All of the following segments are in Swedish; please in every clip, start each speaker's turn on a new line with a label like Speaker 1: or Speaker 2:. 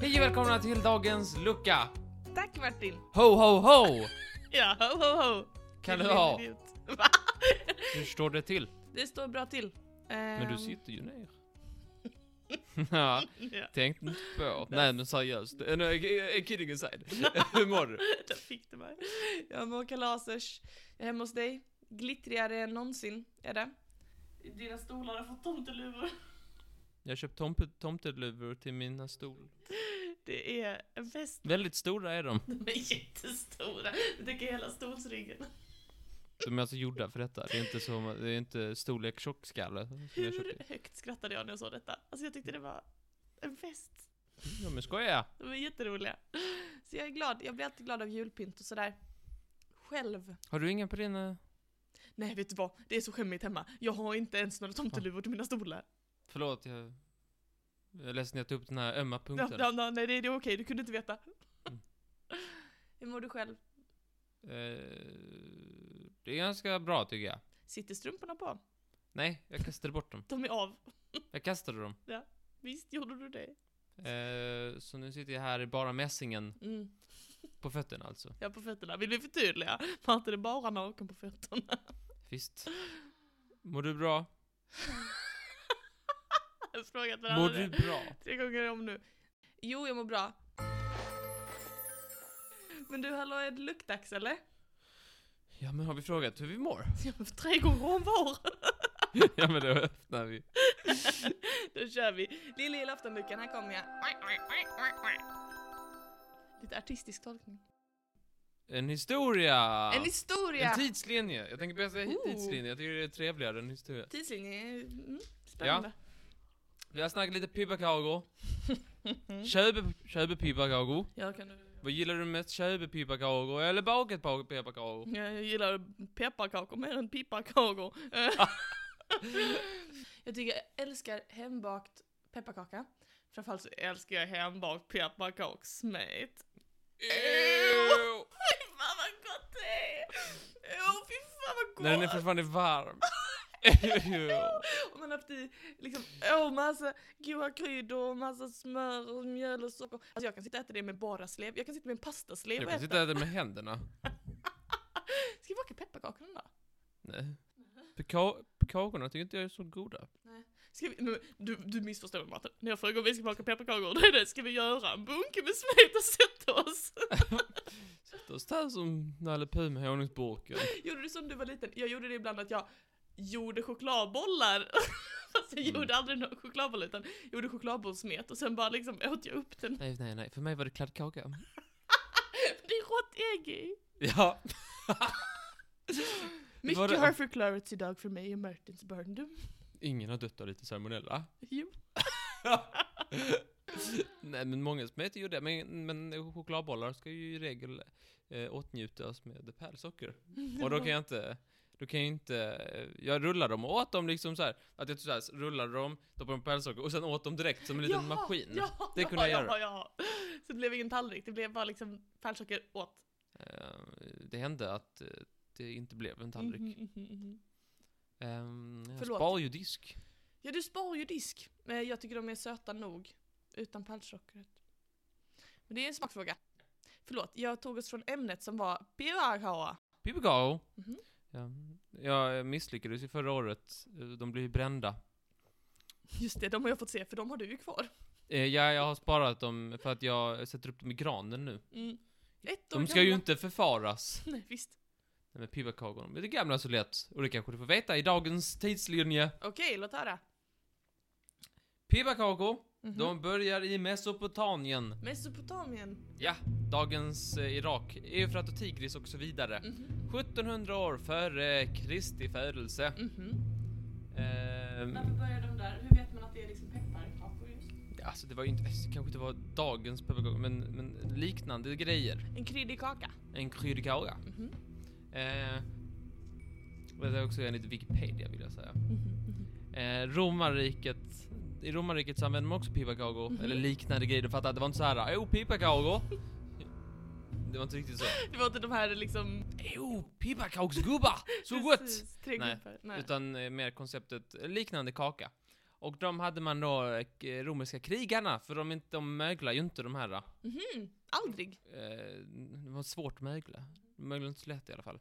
Speaker 1: Hej och välkomna till dagens lucka!
Speaker 2: Tack Martin!
Speaker 1: Ho, ho, ho!
Speaker 2: Ja, ho ho ho!
Speaker 1: Kan
Speaker 2: Lille
Speaker 1: du ha?
Speaker 2: idiot. Va?
Speaker 1: Hur står det till?
Speaker 2: Det står bra till.
Speaker 1: Men
Speaker 2: Ehm.
Speaker 1: du sitter ju ner. ja,
Speaker 2: Ja,
Speaker 1: tänkte inte på. Nej men seriöst. Eh, no, eh, eh, Kidding aside. Hur mår du?
Speaker 2: där fick du mig. Jag mår kalasers. Jag är hemma hos dig. Glittrigare än någonsin, är det. Dina stolar har fått tomteluvor.
Speaker 1: Jag köpte tomte, tomteluvor till mina stol.
Speaker 2: Det är en fest.
Speaker 1: Väldigt stora är de.
Speaker 2: De är jättestora. Det täcker hela stolsryggen.
Speaker 1: De är alltså gjorda för detta. Det är inte, så, det är inte storlek tjockskalle. som jag köpte.
Speaker 2: Hur högt skrattade jag när jag såg detta? Alltså jag tyckte det var en fest.
Speaker 1: Ja men skoja!
Speaker 2: De är jätteroliga. Så jag är glad. Jag blir alltid glad av julpynt och sådär. Själv.
Speaker 1: Har du ingen på eh, dina...
Speaker 2: Nej vet du vad, det är så skämmigt hemma. Jag har inte ens några tomteluvor till mina stolar.
Speaker 1: Förlåt, jag... Jag är ledsen jag tog upp den här ömma
Speaker 2: Ja,
Speaker 1: punkten.
Speaker 2: ja, ja, nej det är det är okej, du kunde inte veta.
Speaker 1: Mm.
Speaker 2: Hur mår du själv?
Speaker 1: Eh, det är ganska bra tycker jag.
Speaker 2: Sitter strumporna på?
Speaker 1: Nej, jag kastade bort dem.
Speaker 2: De är av.
Speaker 1: Jag kastade dem.
Speaker 2: Visst gjorde du det?
Speaker 1: Eh, så nu sitter jag här i bara mässingen
Speaker 2: Mm.
Speaker 1: på fötterna alltså.
Speaker 2: Jag på fötterna. Vill vi förtydliga? Martin är bara naken på fötterna.
Speaker 1: Visst. Mår du bra?
Speaker 2: Jag har frågat
Speaker 1: Mår
Speaker 2: varandra
Speaker 1: du
Speaker 2: det
Speaker 1: bra?
Speaker 2: tre gånger om nu. Jo, jag mår bra. Men du, hallå, är det luktdags eller?
Speaker 1: Ja men har vi frågat hur vi mår?
Speaker 2: Jag har tre gånger om var.
Speaker 1: ja men då öppnar vi.
Speaker 2: Då kör vi. Lille julaftonluckan, här kommer jag. Lite artistisk tolkning.
Speaker 1: En historia!
Speaker 2: En historia!
Speaker 1: En tidslinje! Jag tänker börja säga
Speaker 2: Ooh.
Speaker 1: tidslinje, jag tycker det är trevligare än historia.
Speaker 2: Tidslinje, mm, spännande.
Speaker 1: Vi har snackat lite pibakagor. Köpe, köpe pibakagor.
Speaker 2: Ja. Jag, kan,
Speaker 1: Vad gillar du mest? Köpe pibakagor eller bakat pibakagor?
Speaker 2: jag gillar pepparkakor mer än pipparkakor. Eh. jag tycker jag älskar hembakt pepparkaka. Framförallt så älskar jag hembakt pepparkakssmet.
Speaker 1: Ew.
Speaker 2: Fy fan vad gott det är! Åh, fy fan vad gott!
Speaker 1: När den är fortfarande varm. Ew.
Speaker 2: Och man har haft i liksom, åh, massa goda kryddor och massa smör och mjöl och socker. Alltså jag kan sitta och äta det med bara slev. Jag kan sitta med en pastaslev
Speaker 1: Jag
Speaker 2: och
Speaker 1: kan
Speaker 2: äta.
Speaker 1: sitta och äta med händerna.
Speaker 2: Ska vi baka pepparkakorna då?
Speaker 1: Nej. Mm-hmm. Peka- Pekakorna tycker inte jag är så goda.
Speaker 2: Ska vi, men, du, du missförstår mig Martin. När jag frågar om vi ska baka pepparkakor, då är det, ska vi göra en bunke med smet och sätta oss?
Speaker 1: Sätt oss där som Nalle Puh med honungsburken.
Speaker 2: Gjorde du som du var liten? Jag gjorde det ibland att jag gjorde chokladbollar. Fast jag
Speaker 1: Mm.
Speaker 2: gjorde aldrig någon chokladboll utan gjorde chokladbollssmet och sen bara liksom åt jag upp den.
Speaker 1: Nej, nej, nej. För mig var det kladdkaka.
Speaker 2: Det är rått ägg i.
Speaker 1: Ja. Var det-
Speaker 2: Mycket har förklarats idag för mig i Martins barndom.
Speaker 1: Ingen har dött av lite salmonella.
Speaker 2: Jo.
Speaker 1: nej, men många smeter ju det. Men, men chokladbollar ska ju i regel eh, åtnjutas med pärlsocker. Och då kan jag inte, då kan jag inte, eh, jag rullar dem och åt dem liksom så här. Att jag så här, rullade dem, doppade dem på pärlsocker och sen åt dem direkt som en liten
Speaker 2: Jaha,
Speaker 1: maskin.
Speaker 2: Ja,
Speaker 1: Det
Speaker 2: ja,
Speaker 1: kunde jag
Speaker 2: ja, ja. Så det blev ingen tallrik, det blev bara liksom pärlsocker åt.
Speaker 1: Eh, det hände att eh, det inte blev en tallrik.
Speaker 2: Mhm, mhm, mhm.
Speaker 1: Ehm, jag
Speaker 2: Förlåt.
Speaker 1: spar ju disk.
Speaker 2: Ja, du sparar ju disk. Men jag tycker de är söta nog. Utan pärlsockret. Men det är en smakfråga. Förlåt, jag tog oss från ämnet som var pivakawa.
Speaker 1: Pibigao.
Speaker 2: Mhm.
Speaker 1: Ja, jag misslyckades ju förra året. Eh, De blev ju brända.
Speaker 2: Just det, de har jag fått se för de har du ju kvar.
Speaker 1: Eh, ja, jag har sparat dem för att jag sätter upp dem i granen nu.
Speaker 2: Mm. Ett år
Speaker 1: De ska ju
Speaker 2: gamla.
Speaker 1: inte förfaras.
Speaker 2: Nej, visst.
Speaker 1: Nej, men pibakagor, de är det gamla så lätt. Och det kanske du får veta i dagens tidslinje.
Speaker 2: Okej, låt höra.
Speaker 1: Pibakagor,
Speaker 2: Mhm.
Speaker 1: de börjar i Mesopotamien.
Speaker 2: Mesopotamien.
Speaker 1: Ja, dagens eh, Irak, Eufrat och Tigris och så vidare.
Speaker 2: Mhm.
Speaker 1: 1700 år före Kristi födelse.
Speaker 2: Mhm.
Speaker 1: Ehm,
Speaker 2: börjar de där? Hur vet man att det är liksom pepparkakor just?
Speaker 1: alltså det var ju inte, det kanske inte var dagens pepparkakor, men, men liknande grejer.
Speaker 2: En kryddig kaka.
Speaker 1: En kryddkaka.
Speaker 2: Mhm.
Speaker 1: Eh, och det är också enligt Wikipedia vill jag säga.
Speaker 2: Mhm, mhm.
Speaker 1: Eh, romarriket, i romarriket så använde man också pipakagor,
Speaker 2: Mhm.
Speaker 1: eller liknande grejer. Du fattar, det var inte så här, oh pipakagor. det var inte riktigt så.
Speaker 2: Det var inte de här liksom...
Speaker 1: Jo, pipakaksgubbar, så gott!
Speaker 2: Precis, Tre
Speaker 1: Nej,
Speaker 2: gubbar. Nej.
Speaker 1: Utan eh, mer konceptet eh, liknande kaka. Och de hade man då, eh, k- romerska krigarna, för de, inte, de möglar ju inte de här. Eh,
Speaker 2: Mhm, aldrig.
Speaker 1: det var svårt att mögla. De möglade inte så lätt i alla fall.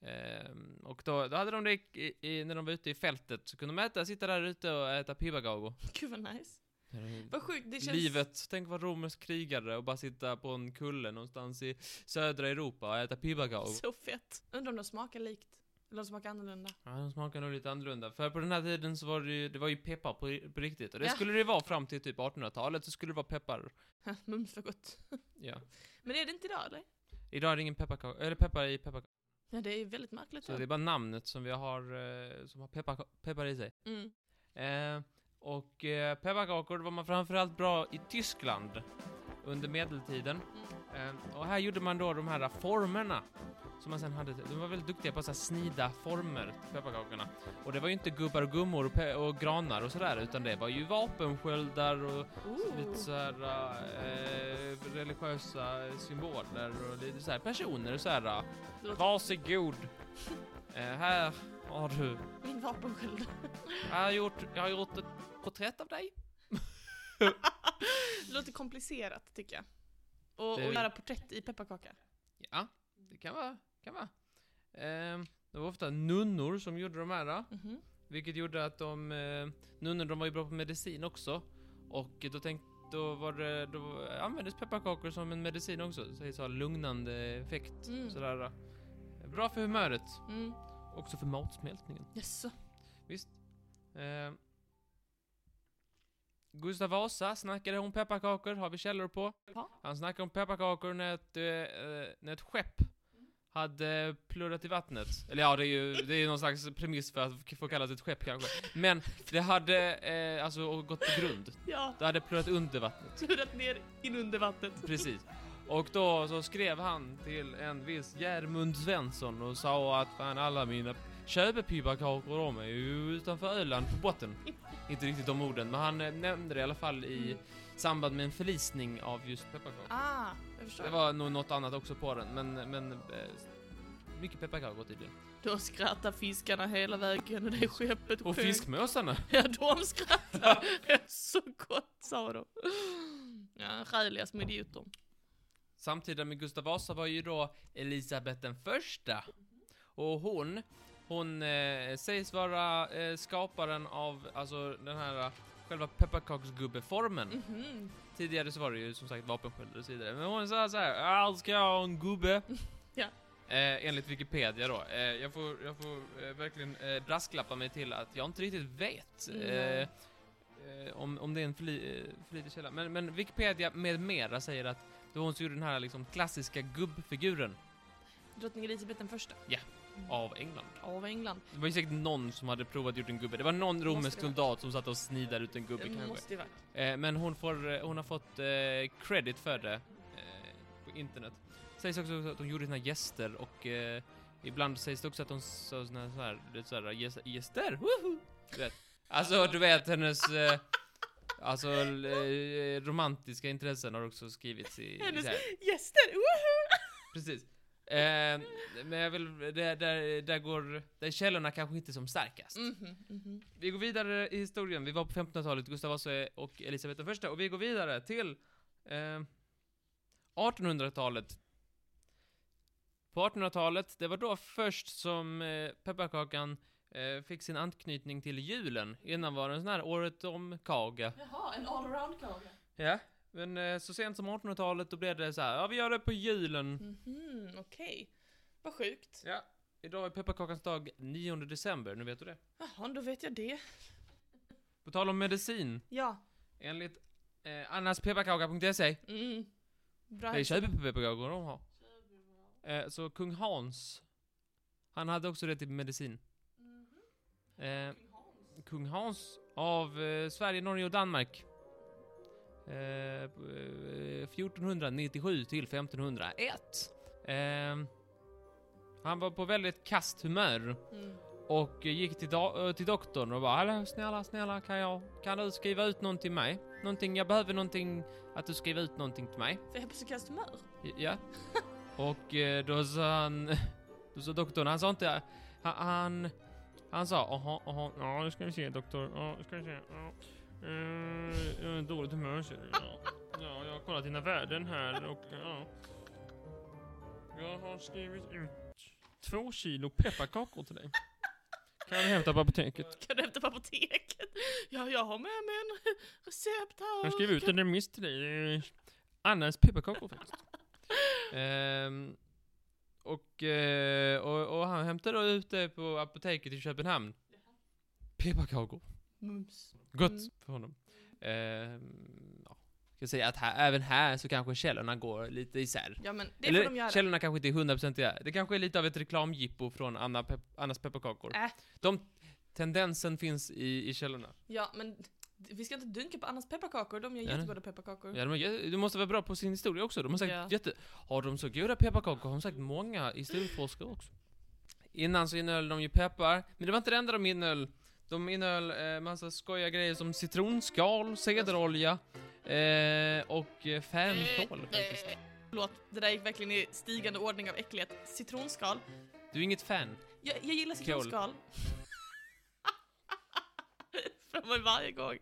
Speaker 1: Eh, och då, då hade de det i, i, när de var ute i fältet, så kunde de äta, sitta där ute och äta pibagago.
Speaker 2: Gud vad nice. Vad sjukt, det känns...
Speaker 1: Livet, tänk vad romersk krigare och bara sitta på en kulle någonstans i södra Europa och äta pibagago.
Speaker 2: Så fett. Undrar om de smakar likt. Eller om de smakar annorlunda.
Speaker 1: Ja, de smakar nog lite annorlunda. För på den här tiden så var det ju, det var ju peppar på, på riktigt. Och det
Speaker 2: Ja.
Speaker 1: skulle det vara fram till typ 1800-talet så skulle det vara peppar.
Speaker 2: Mums vad gott.
Speaker 1: Ja.
Speaker 2: Men är det inte idag eller?
Speaker 1: Idag är det ingen pepparkaka, eller peppar i pepparkaka.
Speaker 2: Ja, det är väldigt märkligt.
Speaker 1: Så
Speaker 2: ja.
Speaker 1: det är bara namnet som vi har, eh, som har peppar, peppar i sig.
Speaker 2: Mm.
Speaker 1: Eh, och eh, pepparkakor var man framförallt bra i Tyskland under medeltiden. Eh, och här gjorde man då de här formerna som man sen hade. De var väldigt duktiga på att så här, snida former till pepparkakorna. Och det var ju inte gubbar och gummor och, pe- och granar och sådär utan det var ju vapensköldar och lite
Speaker 2: Oh.
Speaker 1: så här eh, religiösa symboler och lite så här personer och så här.
Speaker 2: Det låter-
Speaker 1: Varsågod! Eh, här har du
Speaker 2: Min vapensköld.
Speaker 1: jag har gjort, jag har gjort ett porträtt av dig.
Speaker 2: Det låter komplicerat tycker jag. Och,
Speaker 1: Det-
Speaker 2: och göra porträtt i pepparkaka.
Speaker 1: Ja, det kan vara, kan vara. Ehm, det var ofta nunnor som gjorde de här, då,
Speaker 2: Mhm.
Speaker 1: vilket gjorde att de, eh, nunnor de var ju bra på medicin också. Och då tänkte då, var det, då användes pepparkakor som en medicin också, sägs ha lugnande effekt.
Speaker 2: Mm.
Speaker 1: Sådär. då. Bra för humöret,
Speaker 2: Mm.
Speaker 1: också för matsmältningen.
Speaker 2: Jaså?
Speaker 1: Visst. Ehm. Gustav Vasa snackade om pepparkakor, har vi källor på.
Speaker 2: Ja.
Speaker 1: Han snackade om pepparkakor när ett, eh, eh, när ett skepp hade plurrat i vattnet. Eller ja, det är ju det är ju någon slags premiss för att få kallas ett skepp kanske. Men det hade eh, alltså gått på grund.
Speaker 2: Ja,
Speaker 1: Det hade plurrat under vattnet.
Speaker 2: turat ner in under vattnet.
Speaker 1: Precis. Och då så skrev han till en viss Järmund Svensson och sa att fan alla mina köpepipparkakor de är ju utanför Öland på botten. Inte riktigt de orden, men han eh, nämnde det i alla fall i samband med en förlisning av just pepparkakor.
Speaker 2: Ah, jag förstår.
Speaker 1: Det var nog något annat också på den, men, men eh, mycket pepparkakor tydligen.
Speaker 2: Då skrattar fiskarna hela vägen och det skeppet
Speaker 1: Och
Speaker 2: sjönk.
Speaker 1: fiskmåsarna!
Speaker 2: Ja, de skrattar. Så gott, sa de. Ja, skäliga som idioter.
Speaker 1: Samtida med Gustav Vasa var ju då Elisabeth den första. Och hon, hon eh, sägs vara eh, skaparen av, alltså den här eh, själva pepparkaksgubbeformen.
Speaker 2: Mhm.
Speaker 1: Tidigare så var det ju som sagt vapensköldar och så vidare. Men hon sa så här, allt ska jag ha en gubbe.
Speaker 2: Ja.
Speaker 1: Eh, enligt Wikipedia då. Eh, jag får, jag får eh, verkligen eh, brasklappa mig till att jag inte riktigt vet. Eh,
Speaker 2: Nej.
Speaker 1: eh, om, om det är en förli, eh, förlitlig källa. Men, men Wikipedia med mera säger att det var hon som gjorde den här liksom klassiska gubbfiguren
Speaker 2: Drottning Elisabeth den första
Speaker 1: av England.
Speaker 2: av England.
Speaker 1: Det var ju säkert någon som hade provat att gjort en gubbe. Det var någon romersk
Speaker 2: det vara.
Speaker 1: soldat som satt och snidade ut en gubbe
Speaker 2: Det
Speaker 1: kanske.
Speaker 2: måste ju vara.
Speaker 1: Eh, men hon, får, eh, hon har fått eh, credit för det eh, på internet. Sägs också att hon gjorde sina gäster och eh, ibland sägs det också att hon sa såna här, så här, du vet, så här gäs- gäster, woho! Du vet. Alltså du vet hennes, eh, alltså l- eh, romantiska intressen har också skrivits i, i
Speaker 2: Hennes
Speaker 1: så här.
Speaker 2: gäster, woho!
Speaker 1: precis. Eh, men jag vill, där, där, där går, där är källorna kanske inte som starkast.
Speaker 2: Mhm, mhm.
Speaker 1: Vi går vidare i historien. Vi var på 1500-talet, Gustav Vasa och Elisabeth den första. Och vi går vidare till eh, 1800-talet. På 1800-talet, det var då först som eh, pepparkakan eh, fick sin anknytning till julen. Innan var det en sån här året om-kaga.
Speaker 2: Jaha, en allround-kaka.
Speaker 1: Ja. Men eh, så sent som 1800-talet då blev det så här, ja vi gör det på julen.
Speaker 2: Mhm, okej. Vad sjukt.
Speaker 1: Ja. Idag är pepparkakans dag 9 december, nu vet du det.
Speaker 2: Jaha, då vet jag det.
Speaker 1: På tal om medicin,
Speaker 2: Ja.
Speaker 1: enligt eh, annaspepparkaka.se
Speaker 2: Mm. Bra.
Speaker 1: Det är Köpepepparkakor de har. Eh, så kung Hans, han hade också det till medicin. Eh, kung Hans av eh, Sverige, Norge och Danmark. Eh, eh, 1497 till 1501. Eh, han var på väldigt kasst humör
Speaker 2: Mm.
Speaker 1: och eh, gick till, do- eh, till doktorn och bara Hallå, snälla, snälla, kan, jag, kan du skriva ut någonting till mig? Någonting, jag behöver någonting, att du skriver ut någonting till mig.
Speaker 2: För jag är på så kallt humör.
Speaker 1: Ja. Och eh, då sa han... Då sa doktorn, han sa inte... Han... han Han sa aha, aha, ja nu ska vi se doktor, ja nu ska vi se, ja. Eh, jag är i dåligt humör ser du. Ja. ja, jag har kollat dina värden här och ja. Jag har skrivit ut två kilo pepparkakor till dig. Kan du hämta på apoteket?
Speaker 2: Kan du hämta på apoteket? Ja, jag har med mig en recept här.
Speaker 1: Jag skrev ut en remiss till dig. Det är Annas pepparkakor faktiskt. Ehm, och, eh, och, och han hämtade då ut det på apoteket i Köpenhamn. Pepparkakor.
Speaker 2: Mums.
Speaker 1: Gott
Speaker 2: Mm.
Speaker 1: för honom. Ehm, ja. Ska säga att här, även här så kanske källorna går lite isär.
Speaker 2: Ja, men det får de
Speaker 1: Eller
Speaker 2: göra.
Speaker 1: källorna kanske inte är hundraprocentiga. Det kanske är lite av ett reklamjippo från Anna Pep- Annas pepparkakor.
Speaker 2: Äh.
Speaker 1: De, tendensen finns i, i källorna.
Speaker 2: Ja, men vi ska inte dunka på Annas pepparkakor. De gör
Speaker 1: Ja, nej.
Speaker 2: jättegoda pepparkakor.
Speaker 1: Ja, de, är jä- de måste vara bra på sin historia också. De har säkert
Speaker 2: Ja.
Speaker 1: jätte... Har de så goda pepparkakor har de säkert många historieforskare också. Innan så innehöll de ju peppar, men det var inte det enda de innehöll. De innehöll eh, massa skojiga grejer som citronskal, cederolja eh, och eh, fänkål faktiskt.
Speaker 2: eh, Förlåt, det där gick verkligen i stigande ordning av äcklighet. Citronskal.
Speaker 1: Du är inget fan.
Speaker 2: Jag, jag gillar citronskal. Från mig varje gång.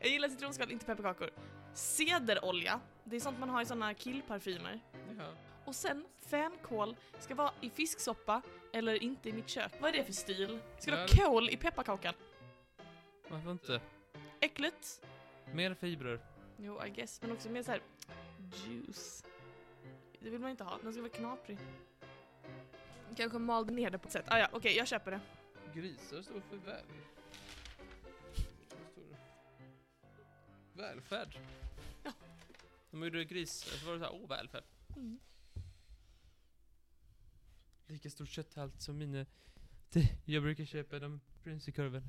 Speaker 2: Jag gillar citronskal, inte pepparkakor. Cederolja, det är sånt man har i såna killparfymer. Och sen fänkål ska vara i fisksoppa eller inte i mitt kök. Vad är det för stil? Ska du ha
Speaker 1: Ja, det-
Speaker 2: kål i pepparkakan?
Speaker 1: Varför inte?
Speaker 2: Äckligt?
Speaker 1: Mer fibrer.
Speaker 2: Jo, I guess. Men också mer så här juice. Det vill man inte ha. Den ska vara knaprig. Kanske malde ner det på ett sätt. Ah, ja, okej, jag köper det.
Speaker 1: Grisar står för väl. Välfärd.
Speaker 2: Ja.
Speaker 1: De gjorde grisar, så var det såhär, åh välfärd.
Speaker 2: Mm.
Speaker 1: Lika stor kötthalt som mina... Det, jag brukar köpa de prinskorven.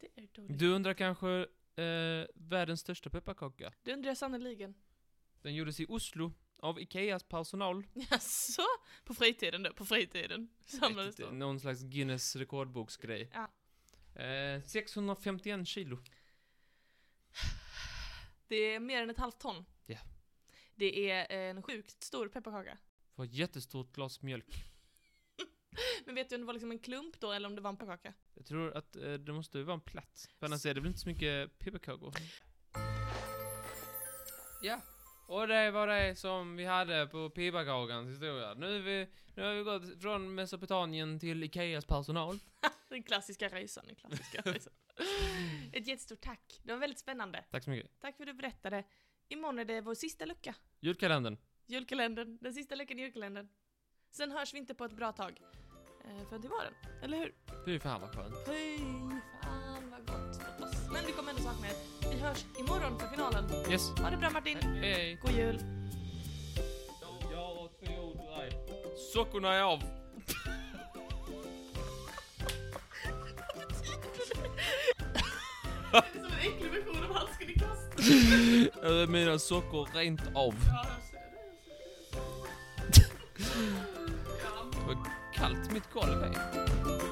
Speaker 2: Det är dåligt.
Speaker 1: Du undrar kanske eh, världens största pepparkaka?
Speaker 2: Det undrar jag sannerligen.
Speaker 1: Den gjordes i Oslo av Ikeas personal.
Speaker 2: Jaså? På fritiden då? På fritiden?
Speaker 1: Vet
Speaker 2: Samlades
Speaker 1: inte,
Speaker 2: då?
Speaker 1: eh, Någon slags Guinness rekordboksgrej.
Speaker 2: Ja.
Speaker 1: Eh, 651 kilo.
Speaker 2: Det är mer än ett halvt ton.
Speaker 1: Ja.
Speaker 2: Det är eh, en sjukt stor pepparkaka.
Speaker 1: Det var ett jättestort glas mjölk.
Speaker 2: Men vet du om det var liksom en klump då eller om det var en pepparkaka?
Speaker 1: Jag tror att eh, det måste vara en platt. För annars är det väl inte så mycket pepparkakor. Ja. Och det var det som vi hade på pepparkakans historia. Nu, är vi, nu har vi gått från Mesopotamien till Ikeas personal.
Speaker 2: Den klassiska resan, den klassiska resan. Ett jättestort tack. Det var väldigt spännande.
Speaker 1: Tack så mycket.
Speaker 2: Tack för att du berättade. Imorgon är det vår sista lucka.
Speaker 1: Julkalendern.
Speaker 2: Julkalendern. Den sista luckan i julkalendern. Sen hörs vi inte på ett bra tag. Eh, För till våren, eller hur?
Speaker 1: Fy fan vad skönt.
Speaker 2: Fy fan vad gott för oss. Men vi kommer ändå sakna er. Vi hörs imorgon för finalen.
Speaker 1: Yes.
Speaker 2: Ha det bra Martin.
Speaker 1: Hej.
Speaker 2: God jul.
Speaker 1: Jag åt för jordgubb. Sockorna är av.
Speaker 2: Vad betyder det? Det är som en äcklig version av handsken i kast.
Speaker 1: Eller mina sockor rent av.
Speaker 2: Ja, jag ser det. jag ser det, jag ser det. Ja.
Speaker 1: Kallt mitt golv är.